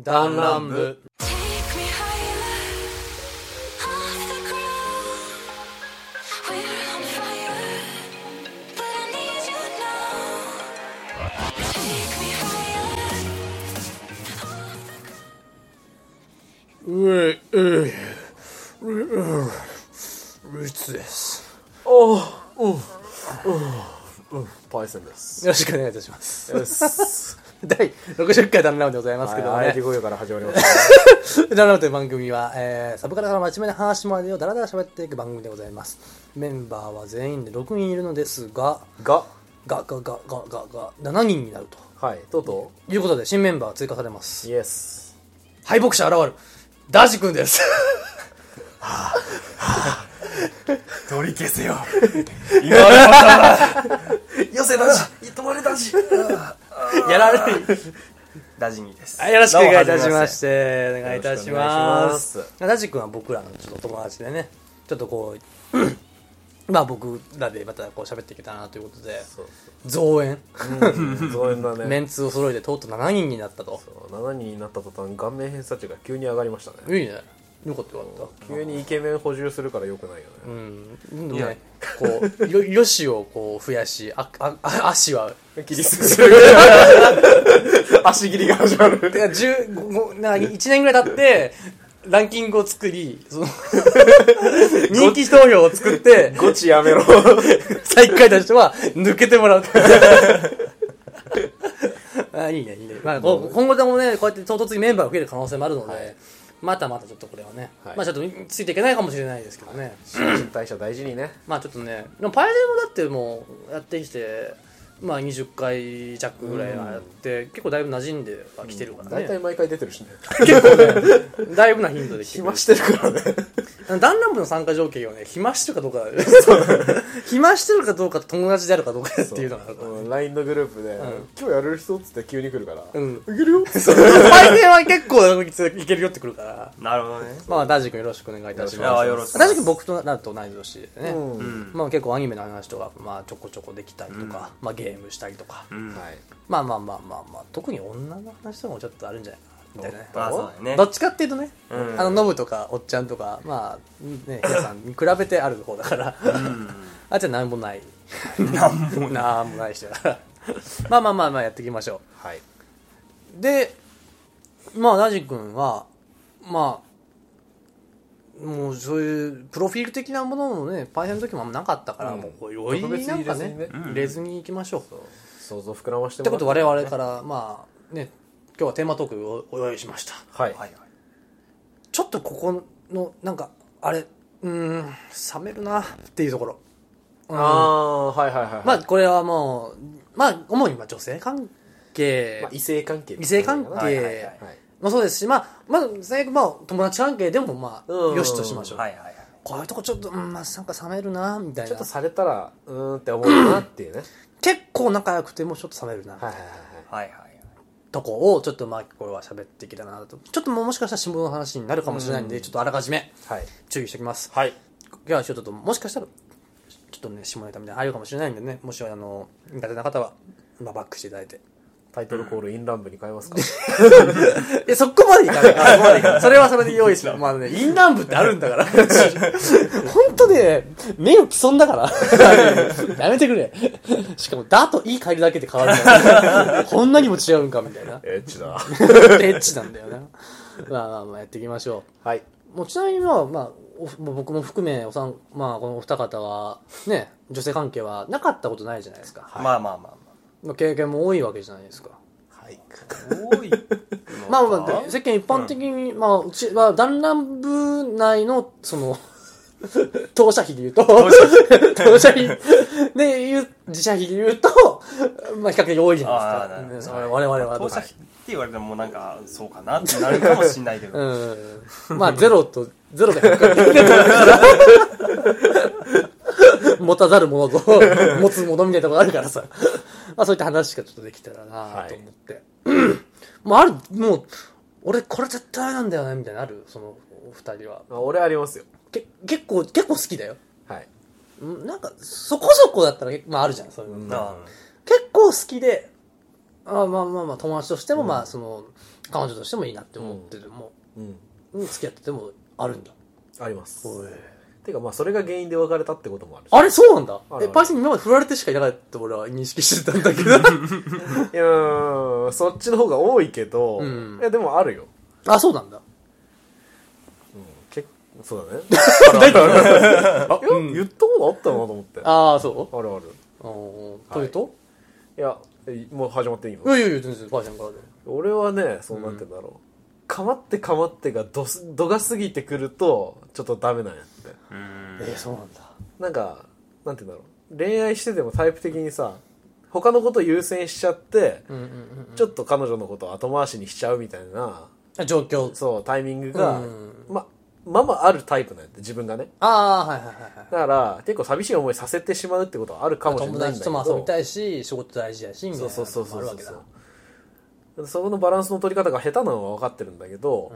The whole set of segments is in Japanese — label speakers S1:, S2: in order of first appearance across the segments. S1: 弾丸部
S2: Take me higher, off the ground. We're on fire, but I need you now. Take me higher.
S1: うえうえルーツですおお
S3: パイセンです。
S1: よろしくお願いいたします
S3: です。
S1: 第60回ダンラムでございますけども
S3: はい、
S1: ね
S3: IT
S1: ダ
S3: 雇用から始まりました。
S1: ンラムという番組は、えーサブカルから真面目な話までをダラダラ喋っていく番組でございますメンバーは全員で6人いるのですが
S3: が、
S1: がががががが7人になると
S3: はい、とうと
S1: いうことで新メンバー追加されま
S3: う、
S1: す
S3: イエス。
S1: 敗北者現るダジ君です
S3: 取り消せよ。言われたよせだじ、止まれだじ。
S1: やられる
S3: ダジニです
S1: はいよろしくお願いいたしましてお願いいたします
S3: よろしくお
S1: ラ
S3: 願いし
S1: ジ君は僕らのちょっと友達でねちょっとこう まあ僕らでまたこう喋っていけたらなということで
S3: そう
S1: 増援、
S3: そう。増援だ
S1: メ
S3: ね。
S1: ンツを揃えてとうとう7人になったと
S3: そう7人になった途端、顔面偏差値が急に上がりましたね。
S1: いいねよかったよかった
S3: 急にイケメン補充するから良くないよね。
S1: うんでもねこう よよしをこう増やしあああ足は
S3: キリス足切りが始まる。
S1: いや10ごな1年ぐらい経ってランキングを作り その人気投票を作って
S3: ゴチやめろ。
S1: 最下位の人は抜けてもらう あいいねいいね、まあ、こう今後ともねこうやって唐突にメンバーが増える可能性もあるので、またまたちょっとこれはね、
S3: はい
S1: まあちょっとついていけないかもしれないですけどね、
S3: 新陳代謝大事にね。
S1: まあちょっとねでもパイレーもだってもうやってきてまあ20回弱ぐらいはやって、結構だいぶ馴染んではきてるから
S3: 大体
S1: ね、
S3: 毎回出てるしね。
S1: だいぶな頻度で来てくれ
S3: 暇
S1: る
S3: してるからね。
S1: あのダンラン部の参加条件はね暇してるかどう か暇してるかどうかと友達であるかどうかっていうのがあるから
S3: うん LINE のグループで、今日やる人っつって急に来るから、
S1: うん
S3: いけるよっつって
S1: パイセンは結構いけるよってくるから。
S4: なるほどね。
S1: まあ、ダジ君よろしくお願いいたし
S4: いや
S1: ま
S4: よろし
S1: す。
S4: く
S1: ダジ君僕となると同い年でね。
S3: うん
S1: まあ結構アニメの話とか、まあちょこちょこできたりとか、まあゲームしたりとか。
S3: はい
S1: まあまあまあまあまあ、特に女の話とかもちょっとあるんじゃないかな、みたいなね。
S4: まあそうだよね。
S1: どっちかっていうとね、
S4: ん
S1: あの、ノブとかおっちゃんとか、まあ、ね、皆さんに比べてある方だから、あっちはなんも ない。なん もない。なんもない人だから。まあまあまあまあやっていきましょう。
S3: はい
S1: でまあラジ君はまあもうそういうプロフィール的なものもねパイセンの時もあんまなかったから、
S3: うん
S1: もうこう余韻になんかね
S3: 特別に入れずにね
S1: 入れずにいきましょう、っ
S3: 想像膨らまして
S1: て
S3: も
S1: こ
S3: ら
S1: と
S3: って
S1: で我々からまあね今日はテーマトークをご用意しました
S3: はい、
S1: ちょっとここのなんかあれうーん冷めるなっていうところ
S3: ああはいはいはいはい、
S1: まあこれはもうまあ主にまあ女性関係、
S3: まあ異性関係
S1: 異性関係、
S3: はいはいはい
S1: まあそうですし、まあ、まあ、最悪、まあ、友達関係でも、まあ、
S3: うん
S1: よしとしましょう。
S4: はいはいはい。
S1: こういうとこちょっと、うん、まあ、なんか冷めるな、みたい
S3: ちょ
S1: な
S3: っと。されたらうーんって思うなっていうね
S1: 結構仲良くてもちょっと冷めるな、
S3: はいはい
S4: はいはい。
S1: とこを、ちょっとまあ、これは喋っていけたらなと。ちょっともうもしかしたら下の話になるかもしれないんで、ちょっとあらかじめ
S3: はいはい
S1: 注意しておきます。
S3: はい
S1: いや、ちょっと、もしかしたら、ちょっとね、下ネタみたいなの入るかもしれないんでね、もしあの、苦手な方は、まあ、バックしていただいて。
S3: タイトルコールインランブに変えますか
S1: え、そこまでいかないから、それはそれで用意しろ。まあね、インラン部ってあるん だから。本当ね、目を潜んだ から。やめてくれ。しかも、だといい帰りだけで変わる から。こんなにも違うんか、みたいな。
S3: エッチだ
S1: エッチなんだよね。まあまあまあ、やっていきましょ
S3: はい、
S1: う。もうちなみに、まあ、まあ、おもう僕も含め、おさん、まあ、このお二方は、ね、女性関係はなかったことないじゃないですか。
S4: まあまあまあ
S1: まあ経験も多いわけじゃないですか。
S3: はい、
S4: まあ。多い。
S1: まあまあまあ、世間一般的に、まあ、うちは、弾丸部内の、その、 当社費で言うと、当社費で言う、自社費で言うと、まあ比較的多いじゃ
S4: ああ、
S1: な
S4: ないる
S1: で
S4: ほ
S1: す
S4: ど
S1: か。我々はど
S4: 当
S1: う
S4: 社費って言われてもなんか、そうかなってなるかもしれないけど。
S1: うん。まあ、ゼロと、ゼロで100回持たざるものと、持つものみたいなところあるからさ。まあ、そういった話がちょっとできたらなと思って。もうある、もう、俺これ絶対なんだよね、みたいなのあるその、お二人は。
S3: あ、俺ありますよ
S1: け、結構、結構好きだよ。
S3: はい
S1: んなんか、そこそこだったら、まああるじゃん、そういうの。
S4: あ
S1: 結構好きで、あまあまあまあ、友達としても、まあ、その、彼女としてもいいなって思ってても、
S3: うん
S1: うん付き合っててもあるんだ。
S3: ありますてかまあそれが原因で別れたってこともあるし
S1: あれそうなんだ
S3: あるあ
S1: え、
S3: る
S1: パイセン今まで振られてしかいなかったって俺は認識してたんだ けど。
S3: いやーそっちの方が多いけど、
S1: うん
S3: いやでもあるよ、
S1: あ、そうなんだ。
S3: うん、けそうだね あ、言ったことあったなと思ってあ
S1: ああ、そ
S3: るある
S1: うおーというと
S3: いやえもう始まっていいの
S1: いやいやいや、全然パイセンからでも。
S3: 俺はねそうなんて言うんだろう、かまってかまってがどす度が過ぎてくるとちょっとダメなんやって
S1: えー、そうなんだ。
S3: なんかなんて言うんだろう恋愛しててもタイプ的にさ他のこと優先しちゃって、
S1: うんうんうん
S3: ちょっと彼女のことを後回しにしちゃうみたいな
S1: あ。状況。
S3: そうタイミングが、
S1: うん
S3: ままあまああるタイプなんやって自分がね
S1: ああ、はいはいはいはい。
S3: だから結構寂しい思いさせてしまうってことはあるかもしれないん
S1: 友
S3: だけど
S1: 達とも遊びたいし、仕事大事やし、みたい
S3: そう
S1: な
S3: そうそ
S1: の
S3: う
S1: もある
S3: そうそ
S1: わ
S3: う
S1: け だ。
S3: そうそこのバランスの取り方が下手なのは分かってるんだけど、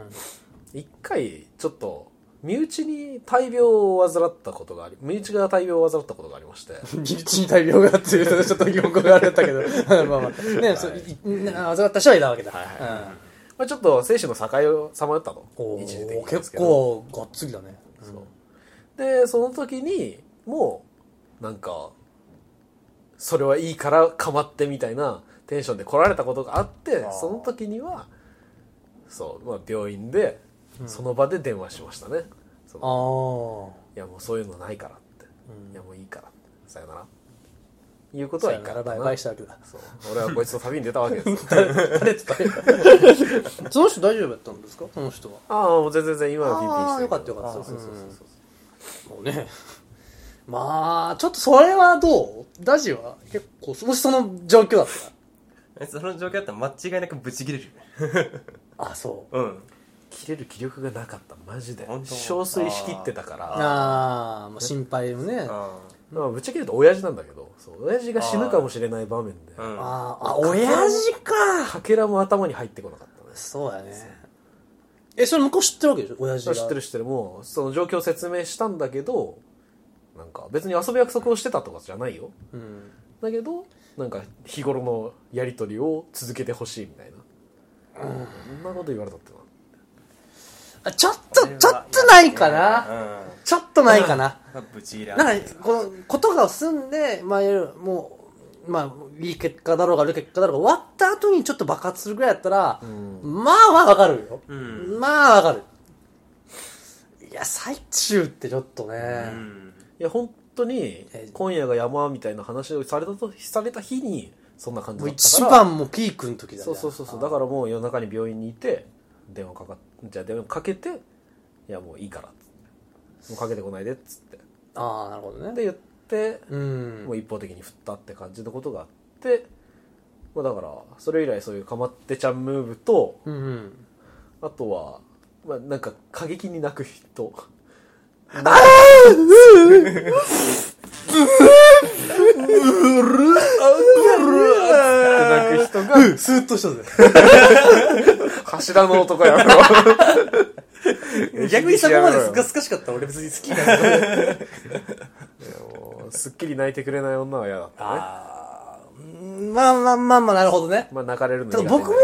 S3: 一回ちょっと身内に大病を患ったことがあり身内が大病を患ったことがありまして
S1: 身内に大病がっていうとちょっと疑問があれだったけどま あまあねそういねあざった人はいたわけだ
S3: はいまあちょっと精神の境をさまよったの
S1: うんおー
S3: 一時的にです
S1: 結
S3: けど
S1: 構がっつりだね
S3: でその時にもうなんかそれはいいからかまってみたいなテンションで来られたことがあってその時にはそう、まあ、病院でその場で電話しましたね、その
S1: ああ
S3: いやもうそういうのないからって、いやもういいからってさよならいうことはいい
S1: か
S3: か
S1: らら
S3: った
S1: バ
S3: な
S1: イバイしたわけだ
S3: そう俺はこいつと旅に出たわけです
S1: 誰って誰その人大丈夫だったんですかその人は
S3: ああもう全然全然今の PP して
S1: あーよかったよかった
S3: そうそうそうそう
S1: もうね まあちょっとそれはどうダジは結構もしその状況だった
S4: その状況だったら間違いなくブチ切れるよね
S1: らあそう
S4: うん
S3: 切れる気力がなかったマジで
S4: 本当
S3: 憔悴しきってたから
S1: ああまあ心配もねあ
S4: あ
S3: まあ、ぶっちゃけ言うと親父なんだけどそう親父が死ぬかもしれない場面で
S4: ーうん
S1: あーあ親父か
S3: かけらも頭に入ってこなかったです
S1: そうやねえそれ向こう知ってるわけでしょ親父
S3: 知
S1: が
S3: ってる知ってるもうその状況を説明したんだけどなんか別に遊ぶ約束をしてたとかじゃないよ
S1: うん
S3: だけどなんか日頃のやり取りを続けてほしいみたいな、そんなこと言われたってな
S1: あちょっとちょっとないかな
S4: うん
S1: ちょっとないかな
S4: まあブチギレある
S1: なんかこのことが済んでまあいわゆるもうまあいい結果だろうが悪い結果だろうが終わった後にちょっと爆発するぐらいだったら、まあまあわかるよ、
S4: ん
S1: まあわかるいや最中ってちょっとね、
S4: うん
S3: いや本当に
S1: え
S3: 今夜が山みたいな話をされたとされた日にそんな感じ
S1: もう
S3: だったか
S1: 一
S3: ら
S1: 番もうピークの時だね
S3: そうそうそうそうだからもう夜中に病院にいて電話かかっじゃあ電話かけて「いやもういいから」っつって「もうかけてこないで」っつって
S1: ああなるほどね
S3: で言って、
S1: うん
S3: もう一方的に振ったって感じのことがあって、まあ、だからそれ以来そういうかまってちゃんムーブと
S1: うんうん
S3: あとは、まあ、なんか過激に泣く人泣く人が
S1: スーッとしたぜ
S3: 柱の男やろ
S1: 逆にそこま ですがすかしかったら俺別に好きだけど
S3: もうすっきり泣いてくれない女は嫌だったね
S1: あーうんまあまあまあまあなるほどね
S3: まあ泣かれるの
S1: ただ
S3: 苦手
S1: 僕も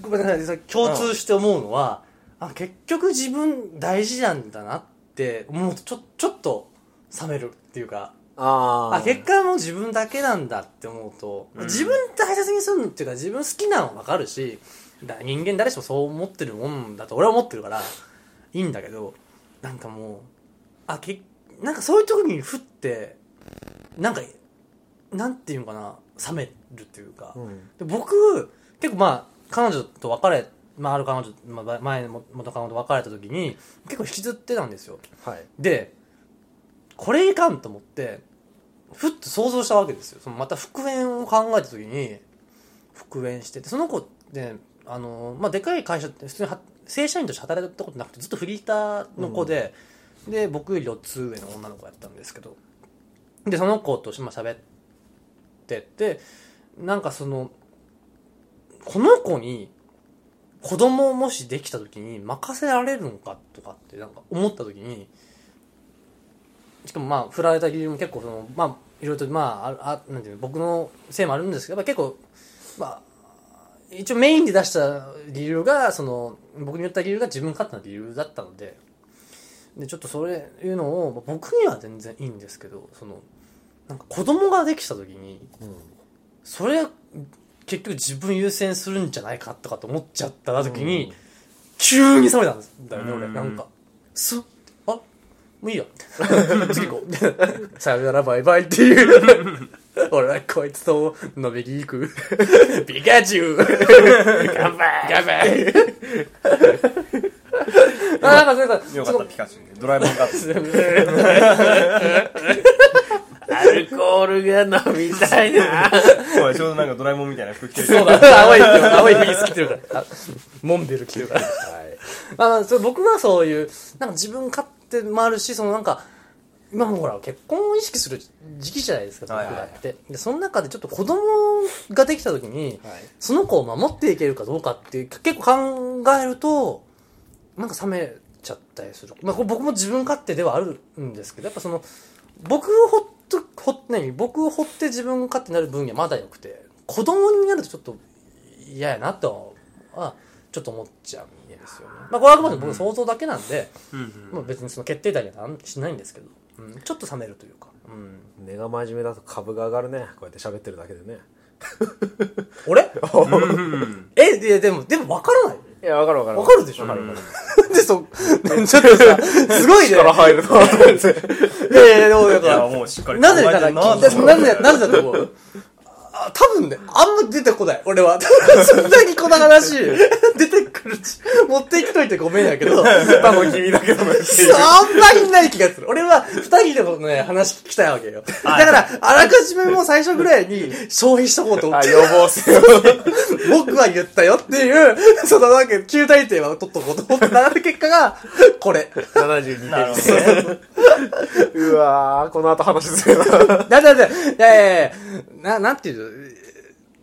S1: ごめんなさいそれ共通して思うのは、あ結局自分大事なんだなって思うとちょちょっと冷めるっていうか
S3: あー
S1: あ結果はもう自分だけなんだって思うと、自分大切にするのっていうか自分好きなの分かるしだ人間誰しもそう思ってるもんだと俺は思ってるからいいんだけどなんかもうあけなんかそういう時にふってなんかなんていうのかな冷めるっていうか、
S3: うん
S1: で僕結構まあ彼女と別れ、まあ、ある彼女、まあば、前の元彼女と別れた時に結構引きずってたんですよ
S3: はい
S1: でこれいかんと思ってふっと想像したわけですよそのまた復縁を考えた時に復縁しててその子ってあの、まあ、でかい会社って普通には正社員として働いたことなくてずっとフリーターの子で、で僕より4つ上の女の子やったんですけどでその子とまあ喋っててなんかそのこの子に子供をもしできた時に任せられるのかとかってなんか思った時にしかもまあ振られた理由も結構そのまあいろいろとまあああなんていうの僕のせいもあるんですけどやっぱ結構まあ一応メインで出した理由が、その、僕に言った理由が自分勝手な理由だったので、で、ちょっとそういうのを、まあ僕には全然いいんですけど、その、なんか子供ができた時に、それ、結局自分優先するんじゃないかとかと思っちゃった時に、急に冷めたんですだよね、俺。
S4: うん
S1: なんか、すあもういいや。 次行こう。 さよならバイバイっていう。 俺はこいつとのべり行く。 ピカチュウ 頑張れ頑 張れあ、なんかそれさ、そ
S4: よかった
S1: の
S4: ピカチュウドラえも んかって
S3: アルコールが飲みたいな。
S4: そうやちょうどなんかドラえもんみたいな服着てる
S1: そうだ、青い、青いフリース着てるから。あモンベル着てるから。まあまあ、そう僕はそういう、なんか自分勝手もあるし、そのなんか、今もほら、結婚を意識する時期じゃないですか、
S4: はい
S1: 僕らって。で、その中でちょっと子供ができた時に、
S3: はい
S1: その子を守っていけるかどうかっていう、結構考えると、なんか冷めちゃったりする。まあ、これ僕も自分勝手ではあるんですけど、やっぱその、僕をほっと、ほっ、何僕をほって自分勝手になる分にはまだ良くて、子供になるとちょっと嫌やなとは、ちょっと思っちゃうんですよね。まあ、これはあくまで僕の想像だけなんで、まあ、別にその決定打にはなんしないんですけど、うん、ちょっと冷めるというか。うん、
S3: 根が真面目だと株が上がるね。こうやって喋ってるだけでね。
S1: 俺 え、で、でも、でも分からない。
S3: いや、わかるわかる。
S1: 分かるでしょ、
S3: わかるわか
S1: で、そ、ちょっとさ、すごいね。
S3: 力入るなと思って。
S1: いやいや、でも、だ
S4: いや
S1: か、
S4: もうしっからり
S1: なぜだから、
S4: 考
S1: な
S4: え
S1: ぜ
S4: てんなと思って
S1: なぜなぜだと思うあ多分ね、あんま出てこない、俺 は。そんなにこの話、 出てくるし、持ってきといてごめんやけ ど、
S3: 多分君だけどね。
S1: そうあんまりない気がする。俺は二人でもね、話聞きたいわけよ。だから、あらかじめもう最初ぐらいに消費しとこうと思っ
S3: あ、
S1: て、
S3: 予防性を。
S1: 僕は言ったよっていう、そのなんか、旧大点は取っとこうと思って並ぶ結果が、これ。
S4: なる
S3: 72
S4: ほどね
S3: 点。 うわー、この後話す るな。
S1: だだだ、いやいやいやな、なんていうの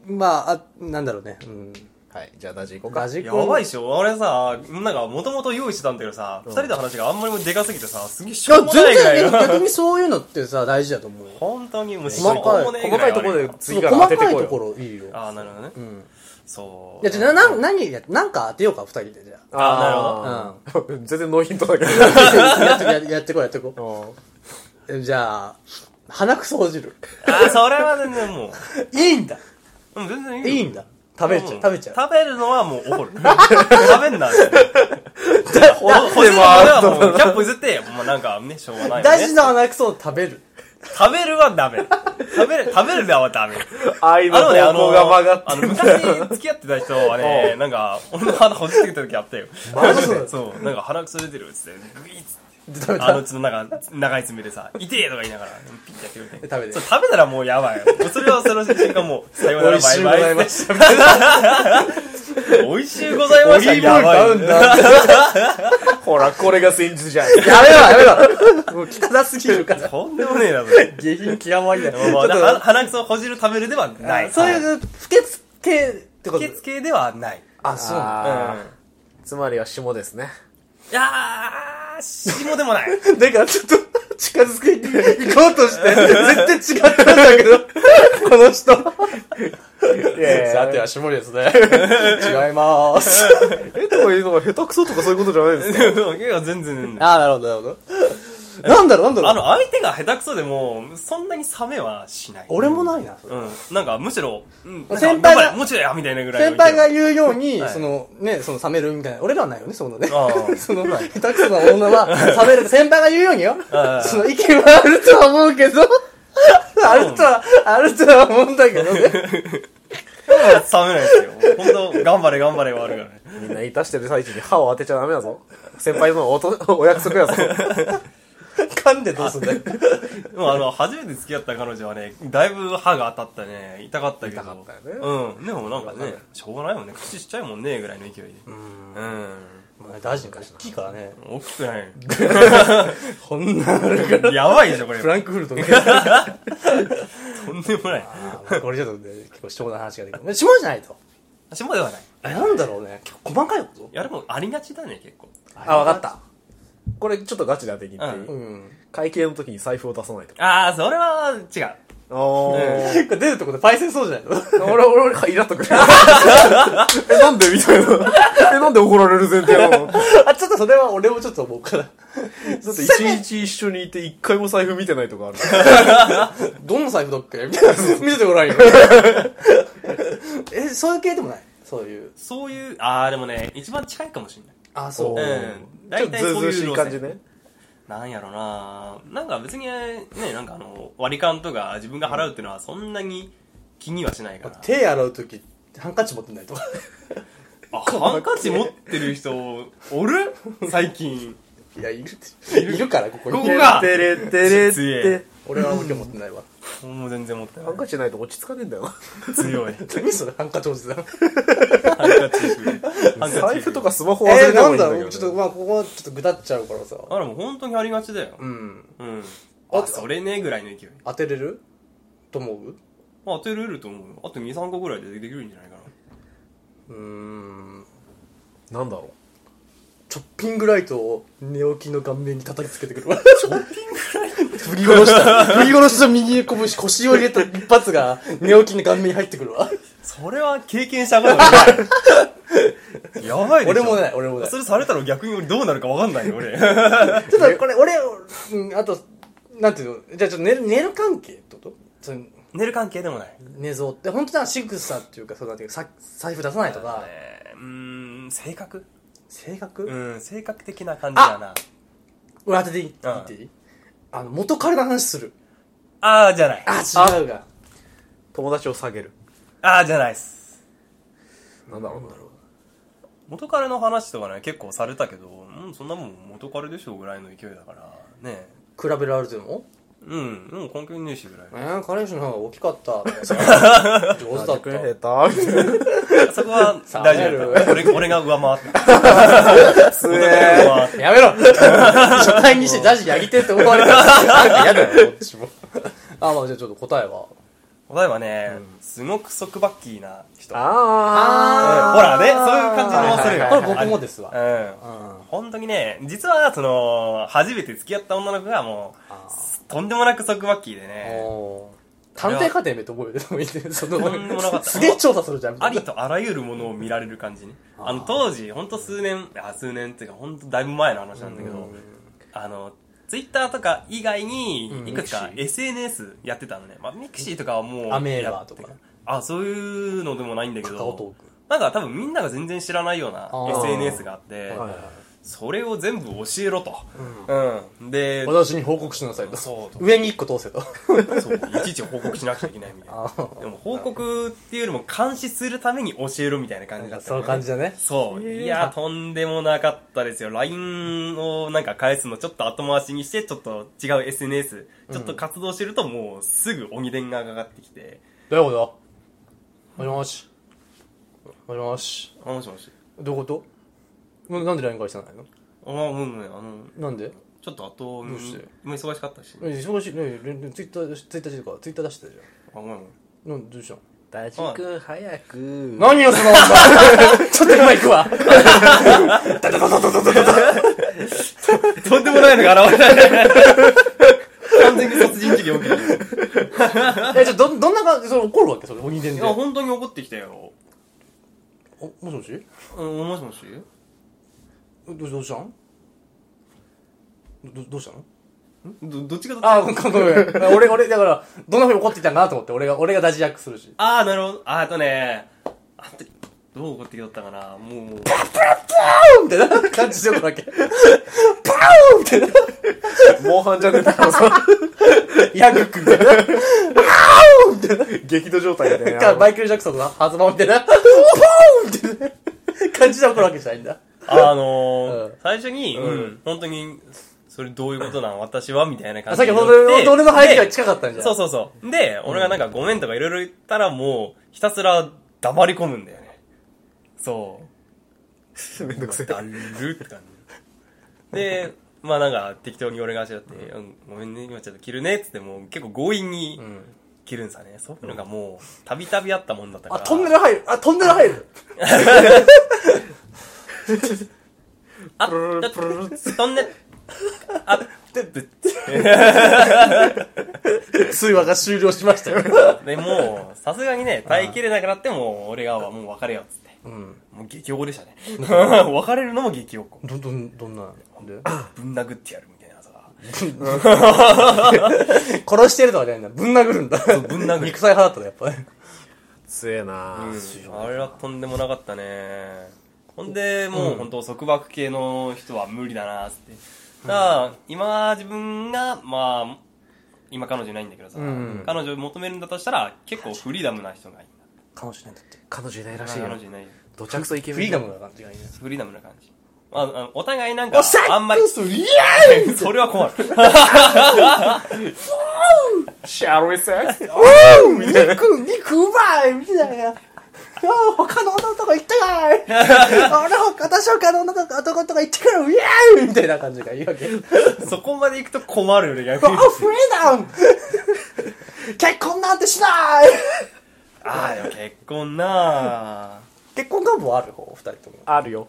S1: まあ、あ、なんだろうね。うん。
S3: はい、じゃあダジ行こうか。
S1: ラジ
S4: や
S1: コン。
S4: ばいっしょ俺さ、なんか、もともと用意してたんだけどさ、二人の話があんまりもでかすぎてさ、すげえし
S1: いや
S4: ょうもないぐらい
S1: 全然
S4: の。
S1: 逆にそういうのってさ、大事だと思うよ。
S4: 本当にもうしょう
S1: 細かい
S4: もねえぐらい悪
S3: 細かいところで次から
S1: 細
S3: 当
S1: か
S3: て
S1: い
S3: てこうよ
S1: ところいいよ。
S4: ああ、なるほどね。
S1: うん。
S4: そう。
S1: いや、じゃあ、な、何や、なんか当てようか、二人で、じゃあ。うん。
S3: なるほど。全然ノーヒントだ けど。
S1: やってややってこう、やってこうえ。じゃあ、鼻くそほじる。
S4: あー、それは全然もう。
S1: いいんだ。
S4: うん、全然
S1: いいんだ。食べちゃう、食べちゃう。
S4: 食べるのはもう怒る。食べんな。ほほじるのはもう、100歩譲って、もうなんかね、しょうがないよね。
S1: 大事な鼻くそを食べる。
S4: 食べるはダメ。食べる、食べるではダメ。
S3: 愛の
S4: あのね、あ
S3: 方
S4: の
S3: 向が曲がっ、
S4: あ
S3: て
S4: の、昔付き合ってた人 はね、なんか、俺の鼻ほじってきた時あったよ。
S1: マジで
S4: そう、なんか鼻くそ出てるっつって、グイッつって。
S1: で 食べ
S4: あの
S1: た
S4: うちのなんか、長い爪でさ、痛えとか言いながら、ピッてやってくれ て。
S1: 食べて
S4: そう食べたらもうやばいよ。もうそれはその瞬間もう、さよう
S1: 美
S4: なら
S1: 味
S4: バ
S1: し
S4: イ
S1: ゅうござ
S4: バ
S1: い
S4: イっ
S1: ま
S4: て。
S1: した。
S4: 美味しゅうございました。やばいよね。
S3: ほら、これが戦術 じゃん。
S1: やめろ、やめろ。もう汚すぎるから。
S4: とんでもねえな、それ。
S1: 下品極まりない。ち
S4: ま
S1: ょ
S4: あ
S1: っ
S4: ま
S1: と
S4: あは鼻くそをほじる食べるではない。
S1: そういう、不潔系ってこ
S4: 受
S1: と
S4: 付ではない。
S1: あ、そうなん
S3: あーつまりは下ですね。
S4: いやー、下でも ない。
S1: だ。だからちょっと近づいて行こうとして、絶対違ったんだけど、この人。
S3: いやいや、
S1: は下りです ね。違いまーす。
S3: えとかいうのが下手くそとかそういうことじゃないんですか
S4: いや、全然ない。
S1: あー、なるほど、なるほど。なんだろう、なんだろ
S4: あ
S1: う。
S4: の、相手が下手くそでも、そんなに冷めはしない。
S1: 俺もないな、それ
S4: うん。なんか、むしろ、うん。なんか
S1: 先輩が
S4: 頑張れもうちろんや、みたいなぐらい
S1: 先
S4: の
S1: 輩
S4: 勢い。
S1: が言うように、
S4: はい
S1: そのね、その冷めるみたいな。俺らはないよね、そのね。
S4: ああ
S1: その、下手くそな女は冷めるって先輩が言うようによ
S4: あ。あ
S1: その意見はあるとは思うけど、あるとは、あるとは思うんだけどね。
S4: 冷めないですよ。本当頑張れ、頑張れはあるからね。
S3: みんな、いたしてる最中に歯を当てちゃダメだぞ。先輩のおと お約束やぞ。
S1: 噛んでどうすんだよ。
S4: でもあの、初めて付き合った彼女はね、だいぶ歯が当たったね、痛かったけど。
S3: 痛かったよね
S4: うん。でもなんかね、しょうがないもんね。口ちっちゃいもんね、ぐらいの勢いで。うん。
S1: 大臣から大きいからね。
S4: 大きくない。
S1: こんなんあるから。
S4: やばいでし ょ、これ。
S1: フ
S4: と
S1: ランクフルトね。
S4: んでもない。
S1: あまあこれちょっとね、結構下な話ができる。下じゃないと。
S4: 私もではない。
S1: なんだろうね。結構細かいこと
S4: いや、でもありがちだね、結構。
S3: あ、わかった。これちょっとガチで当てに行っていい、
S4: う
S1: うん。
S3: 会計の時に財布を出さないとか。
S4: あー、それは違う。
S5: おー。
S1: れ出るってことはパイセンそうじゃないの
S5: 俺、俺、俺、イラっとくる。え、 なんでみたいな。 え、なんで怒られる前提なのちょ
S1: あ、ちょっとそれは俺もちょっと思うから。
S5: っと一 日一緒にいて一回も財布見てないとかある。
S1: どの財布だっけ みたいな。見せてごらん よ。え、そういう系でもないそういう。
S4: そういう、あーでもね、一番近いかもしれ
S1: あ、そ
S5: お
S1: う。
S4: な
S5: ー
S4: い。うん。大体そういう
S5: ずうずうしい
S4: 路
S5: 感
S4: 線
S5: じね。
S4: なんやろななんか別にね、なんかあの、割り勘とか自分が払うっていうのはそんなに気にはしないから。
S1: 手洗うとき、ハンカチ持ってないとか。
S4: あ、ハンカチ持ってる人、おる最近。
S1: いや、いるって。いるから、ここに。
S4: ここが
S5: てれてれって。
S1: 俺はもう今日持ってないわ。
S4: もう全然持ってな
S5: ハ
S4: い
S5: ン。カチないと落ち着かねえんだよな。
S4: 強い。
S1: 何それハンカチ持ってたの
S4: ハンカチ行く。ハンカチ行く
S5: 財布とか。スマホ忘
S1: え
S5: れた
S1: ー、な
S5: 方がいいんだけ
S1: んだ
S5: ど
S1: ろ
S5: ね
S1: うちょっと、まあ、ここはちょっとぐだっちゃうからさ。
S4: あ、でも本当にありがちだよ。
S1: うん。
S4: うん。
S1: あ
S4: あ、それねぐらいの勢い。
S1: 当てれると思う
S4: まあ当てれると思うよ。あと2、3個ぐらいでできるんじゃないかな。
S1: うーん。
S5: なんだろ
S1: チョッピングライトを寝起きの顔面に叩きつけてくる。振り殺 した。振り殺した右拳、腰を入れた一発が寝起きの顔面に入ってくるわ。
S4: それは経験したことがない。 やばいでし
S1: 俺
S4: ょ
S1: もない、俺もない。ち
S4: そ
S1: ょ
S4: れされたら逆に俺どうなるかわかんないよ、俺。あ
S1: っとこれ、俺、うん、あと、なんていうのじゃあちょっと寝る、寝る関係ってことその
S4: 寝る関係でもない。
S1: 寝相って、本当は仕草っていうか、そうなんていうか、さ財布出さないとか、
S4: えーうーん、性格
S1: 性格、
S4: うん、性格的な感じだな。
S1: 俺当てていい言っていいあの、元彼の話する。
S4: あーじゃない。
S1: あ、違うが。
S5: う。友達を下げる。
S4: あーじゃないっす。
S5: なんだろうな。
S4: 元彼の話とかね、結構されたけど、うん、そんなもん元彼でしょぐらいの勢いだから、ね
S1: 比べられても
S4: うん、もう関係ねえしぐら
S1: え
S4: い。
S1: ー、彼氏の方が大きかった。 上手
S5: あ
S1: だ
S5: だ
S1: っ
S5: くん下
S1: た。
S5: 手み たいな。
S4: そこは
S1: さあ
S4: 大丈 夫だった。俺、俺が上回った。 元彼が上回った。
S1: やめろ初回にしてジャジやりてえって思われたら、なんか嫌だよ、こっちも。あ、まあじゃあちょっと答えは。
S4: 答えはね、すごく束縛キーな人。
S5: あ
S4: うんほらね、そういう感じの
S5: はい
S4: 恐れが。
S1: これ僕もですわ。
S4: うん。本当にね、実は、その、初めて付き合った女の子がもう、とんでもなく束縛キーでね、
S1: おー探偵家庭名と覚えてもいいね。その
S4: とんでもなかった
S1: すげえ調査するじゃん。みた
S4: あ
S1: いな
S4: りとあらゆるものを見られる感じね。あの、当時、ほんと数年、あ、数年っていうか、ほんとだいぶ前の話なんだけど、あの、ツイッターとか以外に、いくつか SNS やってたのね。まあ、ミクシーとかはもう、
S1: アメーバーとか
S4: やってたあ、そういうのでもないんだけ
S1: カカオト
S4: ど、なんか多分みんなが全然知らないような
S1: あー
S4: SNS があって、
S1: ーク。
S4: それを全部教えろと。うん。で、
S1: 私に報告しなさいと。
S4: そうと
S1: 上に一個通せと。
S4: そう、いちいち報告しなきゃいけないみたい
S1: あ
S4: な。でも報告っていうよりも監視するために教えろみたいな感じだった、
S1: そういう感じだね。
S4: そう。いや、とんでもなかったですよ。LINE をなんか返すのちょっと後回しにして、ちょっと違う SNS、ちょっと活動してるともうすぐ鬼電がかかってきて、
S1: どういうこともしもし。もしもし。
S4: あ、もしもし。
S1: どういうことななんで LINE 返さないの
S4: あ、うんうん、あの、
S1: なんで
S4: ちょっと後、
S1: どうして
S4: 今忙しかったし。
S1: え忙しい。ね連連ツイッター、ツイッターしてるから、ツイッター出してたじ
S4: あ、ごめんごめん。
S1: ゃん。なんどうしたの
S5: ダジ君早く。
S1: 何よ、その女 ちょっと今行くわ。
S4: とんでもないのが現れたね。完全に殺人事件起きてる。
S1: え、じゃあ、ど、どんな感じ、それ怒るわけそれ、鬼伝
S4: い
S1: で。
S4: や、
S1: お、も
S4: 本当に怒ってきたよ。
S1: しもし
S4: うん、もしもし
S1: ど、どうしたんど、どうしたの
S4: ど、どっちがどっち
S1: あ、ごめんごめん。 俺、俺、だから、どんな風に怒ってきたんかなと思って、俺が、俺がダジ役するし。
S4: あー、なるほど。あーあとね、あと、どう怒ってきとったかなもう、
S1: みたいな 感じで怒るわけ。パーンみたいな。
S5: モンハンじゃねえんだからさ、
S1: ヤグ君みたいな。
S5: 激怒状態でね。
S1: かマイケル・ジャクソンの発音みたいな。 おーパーンみたいな感じで怒るわけじゃないんだ。
S4: あ
S1: う
S4: の
S1: ん
S4: ー、最初に、うん、本当に、それどういうことなん私はみたいな感
S1: あ
S4: じ
S1: さっき、
S4: で
S1: ほん
S4: 言って
S1: と俺の入りが近かったんじ
S4: で
S1: ゃん。
S4: そう
S1: そ
S4: そうそう。で、俺がなんかごめんとかいろいろ言ったらもう、ひたすら黙り込むんだよね。そう。
S5: めんどくせえ。
S4: だるって感じ。 で、まあなんか適当に俺がしらって、うんごめんね、今ちょっと着るねっつってもう結構強引に着るんさね。そういうのがもう、たびたびあったもんだったか
S1: あ、
S4: ら。
S1: トンネル入る。あ、トンネル入る。
S4: あ、トンネル、あ、
S1: てってって。 通話が終了しましたよ。
S4: で、もう、さすがにね、耐えきれなくなって、もう、俺がはもう別れようっつって。
S1: うん。
S4: もう激おこでしたね。 別れるのも激おこ。
S1: ど、どん、どんな、で
S4: ぶん殴ってやるみたいなさ。
S1: 殺してるとかじゃないんだ。ぶん殴るんだ。
S4: ぶん殴る
S1: 肉体派だったね、やっぱね。
S6: 強えな
S4: あれはとんでもなかったねほんでもう本当束縛系の人は無理だなっつってだから今自分がまあ今彼女いないんだけどさ、
S1: ん
S4: 彼女求めるんだとしたら結構フリーダムな人がいい
S1: 彼女いないんだって。
S6: 彼女いないらしい
S4: 彼
S6: よ
S4: 女いない
S6: どちゃくそイケ
S1: フ
S6: メ
S1: リー
S6: ン
S1: ダムな感じがいいね。
S4: フリーダムな感じまああの、お互いなんか、あんまり、
S1: そう、いや
S4: それは 困る。
S3: シャルウィセッ
S1: 肉、肉うまいみたいな。ああ、他の女のとこ行ったかい俺は私は他の女の子男のとこ行ってくるイエーイみたいな感じがいい わけ。あ
S4: そこまで行くと困るよね、逆
S1: あ、
S4: に。
S1: フリーダム結婚なんてしない
S4: ああ、でも結婚なあ
S1: 結婚願望ある方、二人とも。
S3: あるよ。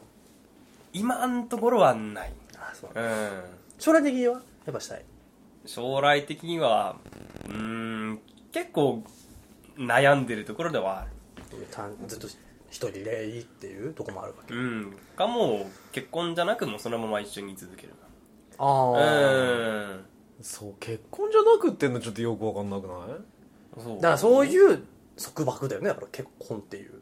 S4: 今のところはない。うん。
S1: 将来的にはやっぱしたい。
S4: 将来的にはうーん結構悩んでるところではある
S1: 単ずっと一人でいいっていうとこもあるわけ。
S4: うんかもう結婚じゃなくもうそのまま一緒に続けるう
S1: ああ。
S4: ーん
S3: そう、結婚じゃなくってんのちょっとよくわかんなくない
S4: そう
S1: だからそういう束縛だよね、だから結婚って いう。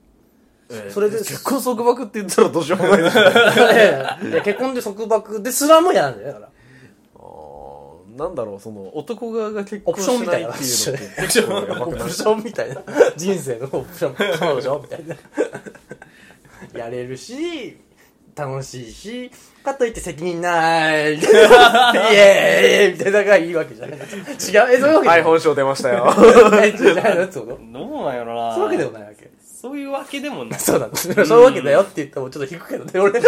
S1: それで
S3: 結婚束縛って言ったらどうしようもない でしょ
S1: いや結婚で束縛ですらも嫌なんだよ、だから。
S3: あーなんだろう、その、男側が結婚しないっていうのって
S1: オプ
S3: 結構やば
S1: オ
S3: くない
S1: プションみたいな人生のオプション彼女みたいなやれるし楽しいしかといって責任ない イエーイみたいなのがいいわけじゃない違うえそういうわけじゃな
S3: はいい、本性出ましたよ。
S1: 大丈夫じゃないのってこと
S4: どうなんやろな
S1: そういうわけでもないわけ
S4: そういうわけでもな い
S1: そうなんだそういうわけだよって言ってもちょっと引くけどね 俺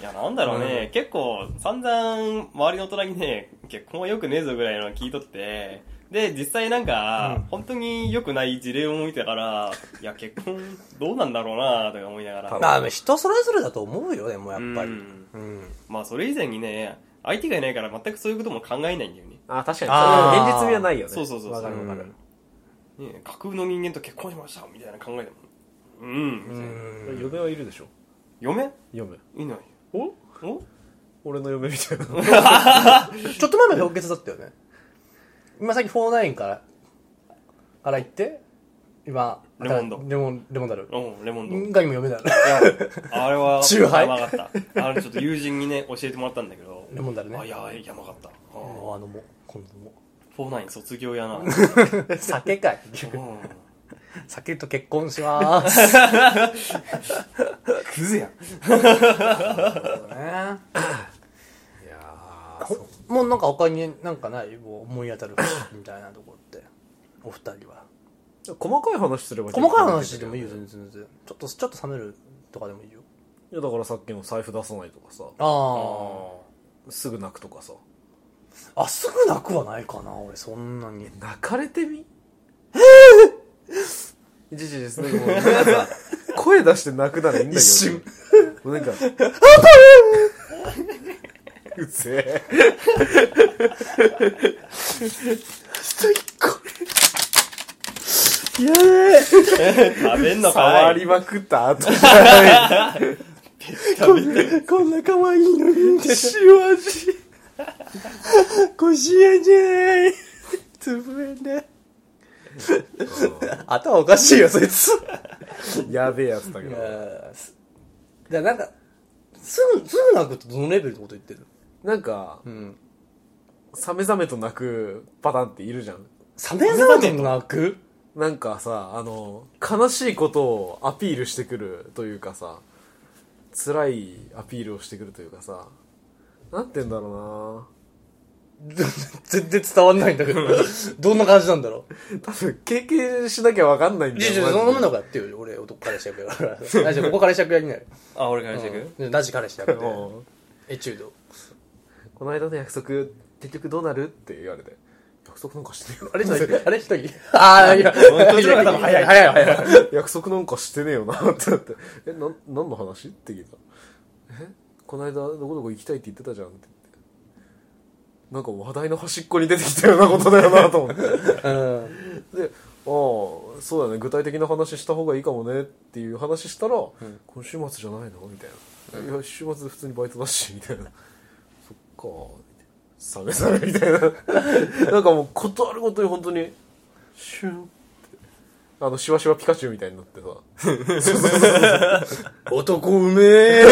S4: いやなんだろうね、結構散々周りの大人にね結婚はよくねえぞぐらいの聞いとってで実際なんか、本当に良くない事例を見てからいや結婚どうなんだろうなとか思いながら
S1: まあ人それぞれだと思うよでもやっぱり
S4: うん
S1: うん
S4: まあそれ以前にね相手がいないから全くそういうことも考えないんだよね
S3: あー、確かに。それ
S1: あー
S3: は現実味はないよね。
S4: そうそうそう
S3: わかるわかる。
S4: ねえ架空の人間と結婚しましたみたいな考えでもうん、
S3: 嫁はいるでしょ
S4: 嫁
S3: 嫁。
S4: いない
S3: お
S4: お
S3: 俺の嫁みたいな。
S1: ちょっと前まで氷結だったよね。今さっき49から、から行って、今、
S4: レモンド
S1: レモン、レモンダル。
S4: うんレモンド
S1: が今読めた
S4: いやあれ は
S1: チューハイ
S4: やばかったあれちょっと友人にね教えてもらったんだけど
S1: レモンダルね
S4: あやばいやばかった
S1: あ
S4: うん
S1: のもう、今度も
S4: 49卒 業やなうん
S1: う。 酒かい。酒と結婚しまーす。
S4: クズやん
S3: いや
S1: ほ もうなんか他になんかないもう思い当たるみたいなとこって。お二人は。
S3: ー細かい話すればいい
S1: 細かい話でもいいよ、全然全然。ちょっと、ちょっと冷めるとかでもいいよ。
S3: いやだからさっきの財布出さないとかさ
S1: あ
S3: すぐ泣くとかさ
S1: あ。あ、すぐ泣くはないかな、俺、そんなに。
S3: 泣かれてみえじじですねもうなんかさ声出して泣くならいいんだけど
S1: 一瞬
S3: もうなんかうぜえ
S1: やべえ
S4: 食べんのか
S3: 触
S4: い
S3: りまくった後
S1: こんな可愛いのに、塩味。こしやじゃない。つぶえね。頭おかしいよ、そいつ。
S3: やべえやつだけど
S1: じゃなんか、すぐ、すぐ泣くとどのレベルのこと言ってる
S3: なんか
S1: うん。
S3: さめざめと泣くパターンっているじゃん
S1: サメザメの泣く
S3: なんかさあの悲しいことをアピールしてくるというかさ辛いアピールをしてくるというかさなんて言うんだろ
S1: 全然伝わんないんだけ ど。どんな感じなんだろ
S3: うな多分経験しなきゃわかんない
S1: う。
S3: んだ
S1: じ
S3: よ
S1: ゃじゃそ
S3: マジで
S1: の女の子やってよ、俺、男彼氏役だから。大丈夫、ここ彼氏役やりなよ。
S4: あ俺からしてく、
S1: うんナジ彼氏役で。
S3: うん
S1: エチュード。
S3: この間の約束結局どうなるって言われて約束なんかしてねえよ
S1: あれ一人あれ一人 ああ、いや、
S4: こっちの方が多分早い
S1: 早い早い。
S3: 約束なんかしてねえよなってなって「えな何の話?」って聞いた「えこの間どこどこ行きたいって言ってたじゃん」って言ってなんか話題の端っこに出てきたようなことだよなと思ってで
S1: うん。
S3: ああそうだね具体的な話した方がいいかもねっていう話したら、今週末じゃないのみたいな、いや週末普通にバイトだしみたいな そっかサメサメみたいななん かもうことあるごとに本当にシュンってあのシワシワピカチュウみたいになってさそうそうそう
S1: 男うめえ。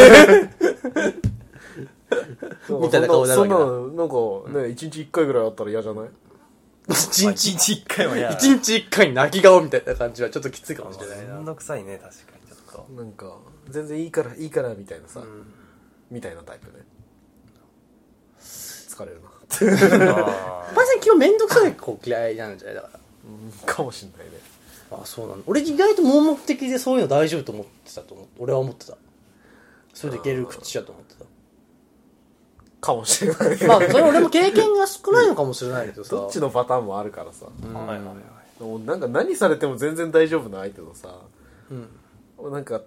S3: そう
S1: みたいな顔になる
S3: そ
S1: わけだ
S3: んなそんなのなんかね、一1日1回ぐらいあったら嫌じゃない
S1: 一日一
S4: 一回もや
S1: 一日一回泣き顔みたいな感じはちょっときついかもしれない
S4: め
S1: な。
S4: んどくさいね確かにちょっと
S3: なんか全然いいからいいからみたいなさ、みたいなタイプね疲れるな
S4: あ
S1: パイセン基本めんどくさい子嫌いなんじゃないだか
S3: かもしんないね
S1: ら。あ、そうなの。俺意外と盲目的でそういうの大丈夫と思ってたと思う。俺は思ってた。それでいける口だと思ってた。
S3: かもしれない
S1: まあ、それ俺も経験が少ないのかもしれないけどさ。
S3: どっちのパターンもあるからさ、
S4: ーはいはいはい
S3: もうなんか何されても全然大丈夫な相手とさ
S1: うん。
S3: なんか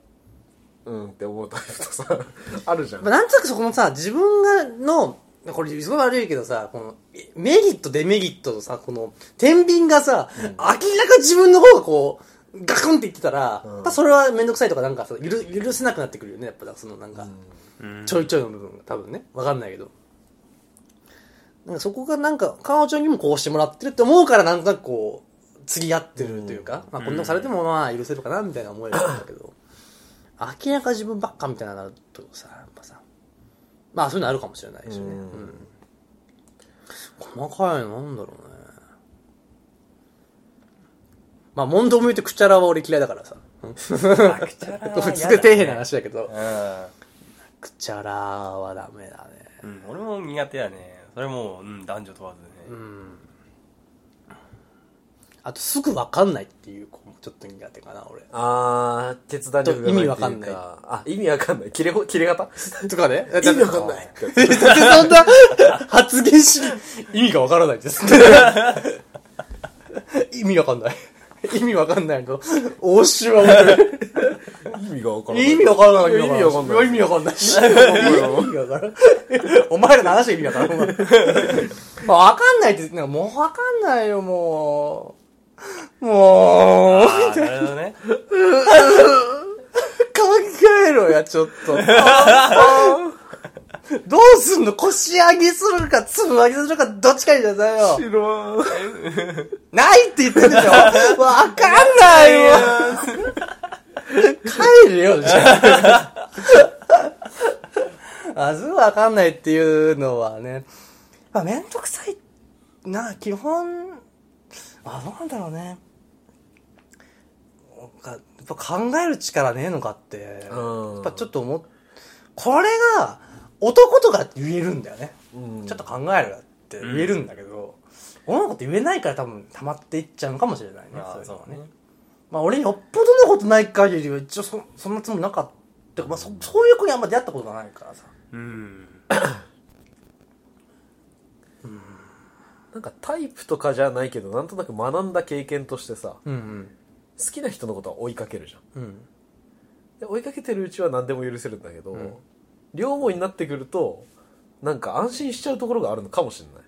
S3: うんって思うタイプとさ あるじゃん、
S1: まあなんとなくそこのさ、自分がの、これすごい悪いけどさ、この、えメリット、デメリットのさ、この、天秤がさ、明らか自分の方がこう、ガクンっていってたら、
S3: うん
S1: やっぱそれはめんどくさいとかなんかさ、許許せなくなってくるよね、やっぱそのなんか、
S4: うん
S1: ちょいちょいの部分が多分ね、わかんないけど。なんかそこがなんか、彼女にもこうしてもらってるって思うからなんとなくこう、釣り合ってるというか、まあこんなのされてもまあ許せるかなみたいな思いがあったけど、明らか自分ばっかみたいになるとさ、やっぱさ、まあそういうのあるかもしれないですよね。
S3: うん
S1: うん細かいのなんだろうね。まあ問答向いてくちゃらは俺嫌いだからさ。
S4: あくちゃ ら
S1: 普
S4: は嫌
S1: 通
S4: だ
S1: で底辺な話だけど、
S4: うん
S1: くちゃらはダメだね。
S4: うん、俺も苦手やね。それもう、うん、男女問わずね。
S1: うんあと、すぐ分かんないっていう子もちょっと苦手かな、俺。
S3: あー決断力がないっていう
S1: 意味わかんない
S3: あ意味わかんない切れほ切れ方
S1: とかね。
S3: 意味わかんない
S1: だってそんな発言し、意味が分からないです。意味わかんない。意味わかんないの。応酬は面
S3: 意味がわかん
S1: 白い。意味わからない。
S3: 意味わかんない
S1: 意味わかんないし。意味わからない。お前らの話が意味わからんない。まあわかんないって、なんかもうわかんないよ、もう。もう。
S4: ああ、なるほど ね。
S1: 考えろや、ちょっと。どうすんの腰上げするか、つぶ上げするか、どっちかにじゃないよ。
S3: 白い
S1: ないって言ってるでしょ わかんないよ帰るよ、じゃあ。あ、すぐわかんないっていうのはね。まあ、めんどくさいな、基本、あ、どうなんだろうね。なんかやっぱ考える力ねえのかって、
S3: うん
S1: やっぱちょっと思っ、これが男とかって言えるんだよね。
S3: うん
S1: ちょっと考えるなって言えるんだけど、女の子って言えないから多分溜まっていっちゃうのかもしれないね。
S4: ああ、
S1: そういうの
S4: そう
S1: は
S4: ね
S1: ね。。まあ俺よっぽどのことない限りは一応そそんなつもりなかった。まあそそういう子にあんま出会ったことがないからさ。
S4: うん。
S3: なんかタイプとかじゃないけどなんとなく学んだ経験としてさ
S1: うんうん。
S3: 好きな人のことは追いかけるじゃん
S1: うん。
S3: で追いかけてるうちは何でも許せるんだけど、両思いになってくるとなんか安心しちゃうところがあるのかもしれない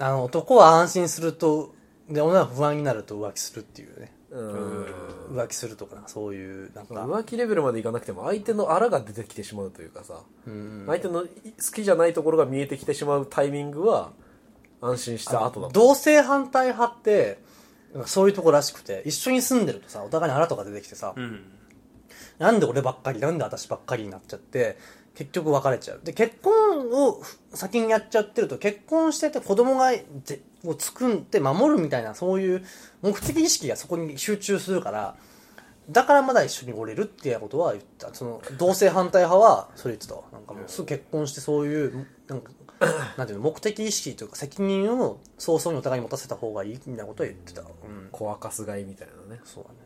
S1: あの男は安心すると、で女は不安になると浮気するっていうね。
S3: うん
S1: 浮気するとかな、そういう、なんか。
S3: 浮気レベルまでいかなくても相手のあらが出てきてしまうというかさ、
S1: うん
S3: 相手の好きじゃないところが見えてきてしまうタイミングは安心した後だと
S1: 同性反対派って、なんかそういうとこらしくて、一緒に住んでるとさ、お互いに腹とか出てきてさ、
S4: うん。
S1: なんで俺ばっかり、なんで私ばっかりになっちゃって、結局別れちゃう。で、結婚を先にやっちゃってると、結婚してて子供がぜを作って守るみたいな、そういう目的意識がそこに集中するから、だからまだ一緒におれるっていうことは言った。その、同性反対派は、それ言ってたわ。なんかもうすぐ結婚してそういう、なんか、なんていうの、目的意識というか責任を早々にお互いに持たせた方がいいみたいなことは言ってた。うん。
S3: 小若すがいみたいなね
S1: そうだね。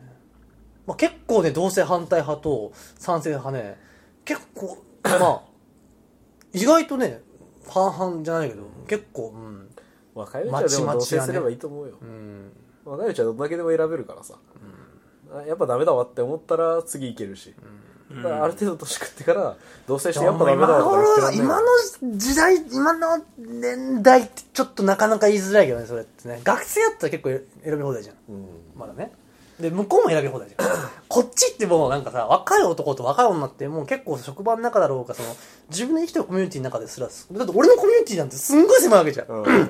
S1: まあ、結構ね、同性反対派と賛成派ね、結構、まあ、意外とね、半々じゃないけど、結構、うん。
S3: 若いうちはでも同棲すればいいと思うよ、
S1: うん。
S3: 若いうちはどんだけでも選べるからさ、あやっぱダメだわって思ったら次いけるし、だからある程度年食ってから同棲してやっぱダ
S1: 今
S3: メだわとか言ってら
S1: 頃
S3: んない
S1: 今の時代、今の年代ってちょっとなかなか言いづらいけどね、それってね。学生だったら結構選び放題じゃん。まだね。で、向こうも選び放題じゃん。こっちってもうなんかさ、若い男と若い女ってもう結構職場の中だろうか、その、自分の生きてるコミュニティの中ですらす、だって俺のコミュニティなんてすんごい狭いわけじゃん。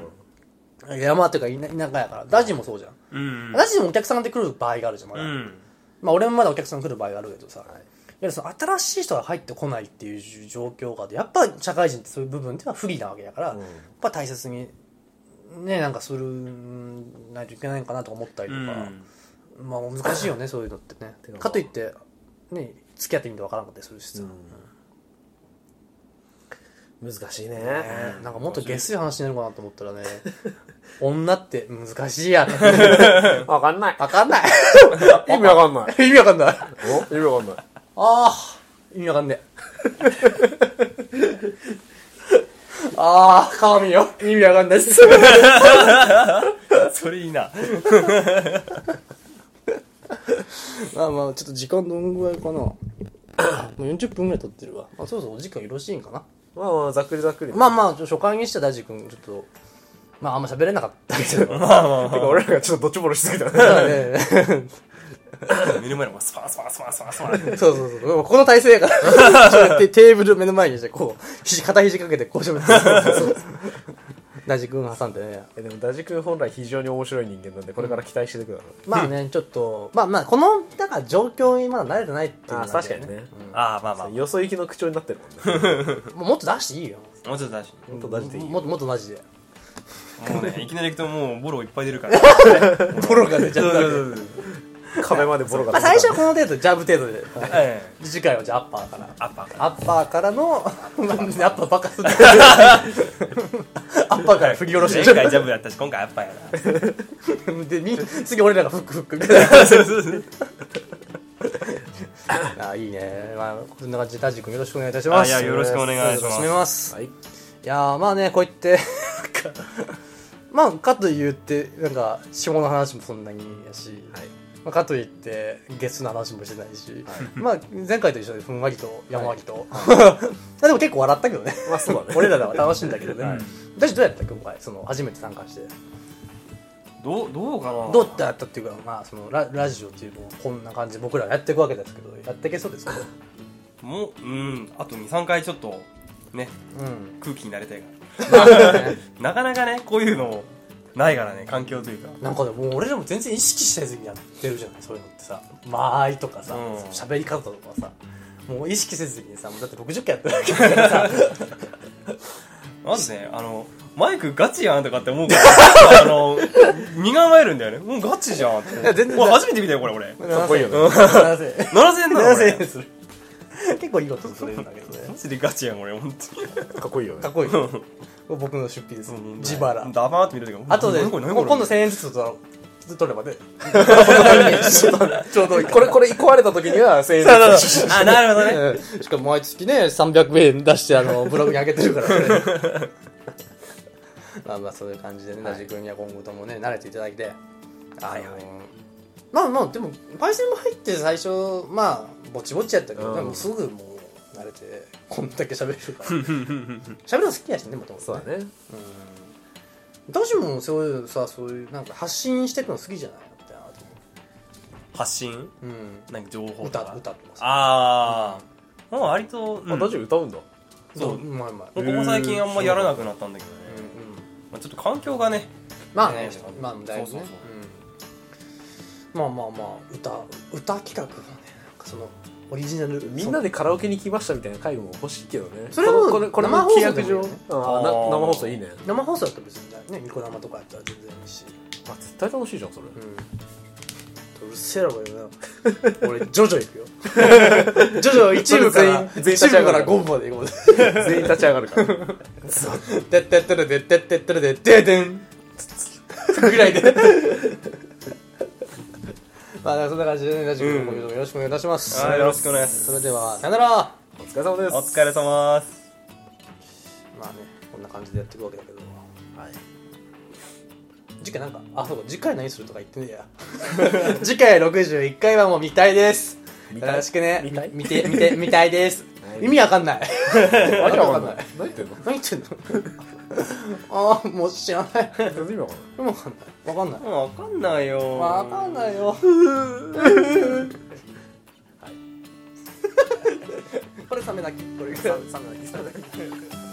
S1: 山っていうか田田舎やから。ダジもそうじゃん。
S4: うん
S1: ダジもお客さんで来る場合があるじゃん、ま
S4: う
S1: だ。
S4: ん
S1: まあ、俺もまだお客さん来る場合があるけどさ、い、わゆるその新しい人が入ってこないっていう状況があってやっぱ社会人ってそういう部分っていうのは不利なわけだから、やっぱ大切にねなんかするんないといけないのかなとか思ったり
S4: う
S1: とか、
S4: ん
S1: まあ難しいよねそういうのってねかといってね付き合ってみてわからなかったりするしさ、
S3: 難しいね
S1: ねなんかもっと下水話になるかなと思った らね女って難しいやん
S3: わかんない
S1: わかんない
S5: 意味わかんない。
S1: 意味わかんないあ
S5: お意味わかんない。
S1: あー意味わかんねえああ神よ意味わかんないっす
S4: それいいな
S1: まあまあ、ちょっと時間どんぐらいかな。もう40分ぐらい経ってるわ。まあ、そろそろお時間よろしいんかな。
S3: まあまあざっくりざっくり
S1: まあまあ、ちょ初回にしては大地君、ちょっと、まああんま喋れなかったけど。 ま
S3: てか俺らがちょっとどっちぼろしすぎたね
S1: あ ね、
S4: 目の前のもスパースパースパースパースパー
S1: そうそうそう。でもこの体勢や から。そうやってテーブル目の前にして、こう、肘、片肘かけてこう 喋ってる。大地君挟んでね。
S3: えでもダジ君本来非常に面白い人間なんでこれから期待しててください、
S1: まあね、ちょっと、まあまあ、この、だから状況にまだ慣れてないっていうの
S3: あ
S1: は
S3: あ確かに。ね、
S4: ああまあまあも
S3: よそ行きの口調になってるもんね
S1: もうもっと出していいよ。
S4: うちょっと大事
S3: ほんとダジでいいよ
S1: もっともっとマジで。
S4: もうねいきなり行くともうボロいっぱい出るから
S1: ボロが出ちゃ
S4: そう
S1: っ
S4: そ
S1: た
S4: う。 そうそう
S3: 壁までボロが
S1: まあ
S3: 出
S1: 最
S3: て
S1: 初
S3: た
S1: はこの程度、ジャブ程度で。はい
S4: ええ
S1: 次回はじゃあアッパーから
S4: アッパーか
S1: アッパーからのなんでアッパーばっかすんだアッパーから振り下ろして
S4: 前回ジャブやったし今回アッパーやな
S1: でみ次俺らがフックフック
S4: そうそうそう
S1: あいいねまあこんな感じでタジ君よろしくお願いいたします
S4: あいやよろしくお願いします
S1: お願ます
S3: はい
S1: いやーまあねこう言ってなんかまあかと言ってなんか下の話もそんなにやし、まあ、かといってゲスの話もしてないし、まあ前回と一緒でふんわりとやんわりと、 あでも結構笑ったけどね
S3: まあそうだね
S1: 俺らは楽しいんだけどね、私どうやった今回その初めて参加して
S4: どうどうかな
S1: どうやったっていうかまあそのララジオっていうのをこんな感じで僕らやっていくわけですけどやっていけそうですか
S4: もううんあと23回ちょっとね
S1: うん
S4: 空気になりたいからなかなかねこういうのないからね環境というか
S1: なんかでも俺らも全然意識したやつにやってるじゃないそういうのってさ間合いとかさ
S4: うん
S1: 喋、り方とかさもう意識せずにさもうだって60回やってるわけだからさ
S4: まずねあのマイクガチやんとかって思うからあの身構えるんだよねもうガチじゃんって
S1: や全然
S4: これ初めて見たよこれ俺
S1: かっこいいよね
S4: 7000円だろこれ
S1: 7000円する 結構いいことするんだけどね
S4: マジでガチやん俺本当に
S3: かっこいいよね
S1: かっこいい よ僕の出費です自腹
S4: 黙って見るとき
S1: あとで、
S4: 何
S1: も
S4: こ
S1: う
S4: れ何これ
S1: 今度1000円ずつ取ろう取ればね。ちょうどいい。
S3: これこれ壊れた時には1000円
S4: あなるほどね
S1: しかも毎月ね、300円出して、あ の、ブログに上げてるから、ねまあまあ、そういう感じでね、なじ君には今後ともね、慣れていただいて。
S4: はいはい
S1: あのまあまあ、でも、パイセンも入って最初、まあ、ぼちぼちやったけど、
S3: うん
S1: でもすぐもう、慣れて、こんだけ喋れる から。喋るの好きやしね、もともと。
S3: そうだね
S1: どうしもそういうさ、そういう、なんか発信していくの好きじゃないってなと
S4: 発信
S1: 思う。うん。
S4: なんか情報と
S1: 歌、
S4: か
S1: 歌とかさ。
S4: ああもう割とうん
S3: あ大丈夫歌うんだ
S4: そう
S1: うまいうまい。
S4: ここ最近あんまやらなくなったんだけどね
S1: うん
S4: まあちょっと環境がね
S1: まあね
S4: そう、
S1: まあだいぶ
S4: そう
S1: ね
S4: そ
S1: う
S4: う。
S1: んまあまあまあ、歌、歌企画がね、なんかその、オリジナル。
S3: みんなでカラオケに来ましたみたいな回も欲しいけどね
S1: それも
S3: このこれこれ
S1: 生
S3: も
S1: 放
S3: 契
S1: 送で
S3: 約
S1: もいいよ
S3: 上
S1: ね
S3: あ
S4: あ
S3: ー
S4: ー
S3: な生放送いいね
S1: その生放送だったら別にね、ニコ生とかやったら全然いいし。
S3: あ絶対楽しいじゃんそれ
S1: うん。うるせえな、これな。俺、ジョジョ行くよ。 ジョジョ一部から、
S3: それ全員全員立
S1: 一
S3: ち
S1: 部
S3: 上
S1: か
S3: がる
S1: ら5部まで行こうぜ。
S3: 全員立ち上がるから
S1: でってってるでってってってるでででんぐらいで まあだからそんな感じでねラジオの方もよろしくお願いいたします、
S4: はいよろしくお願いします
S1: それではさよならま
S3: お疲れ様です
S4: お疲れ様です
S1: あねこんな感じでやっていくわけだけどはい次回なん かあそうか次回何するとか言ってねえや次回61回はもう見たいですよろしくね
S3: 見たい
S1: 見て見て見たいです意味わかんない
S5: わけわかんない
S1: わ
S5: 何言ってんの
S1: 何言ってんの ああもう知らない
S5: 全然意味わかんない
S1: わかんないわかんない
S4: わかんないよ
S1: わかんないよこれサメだけこれサメだけサメだけ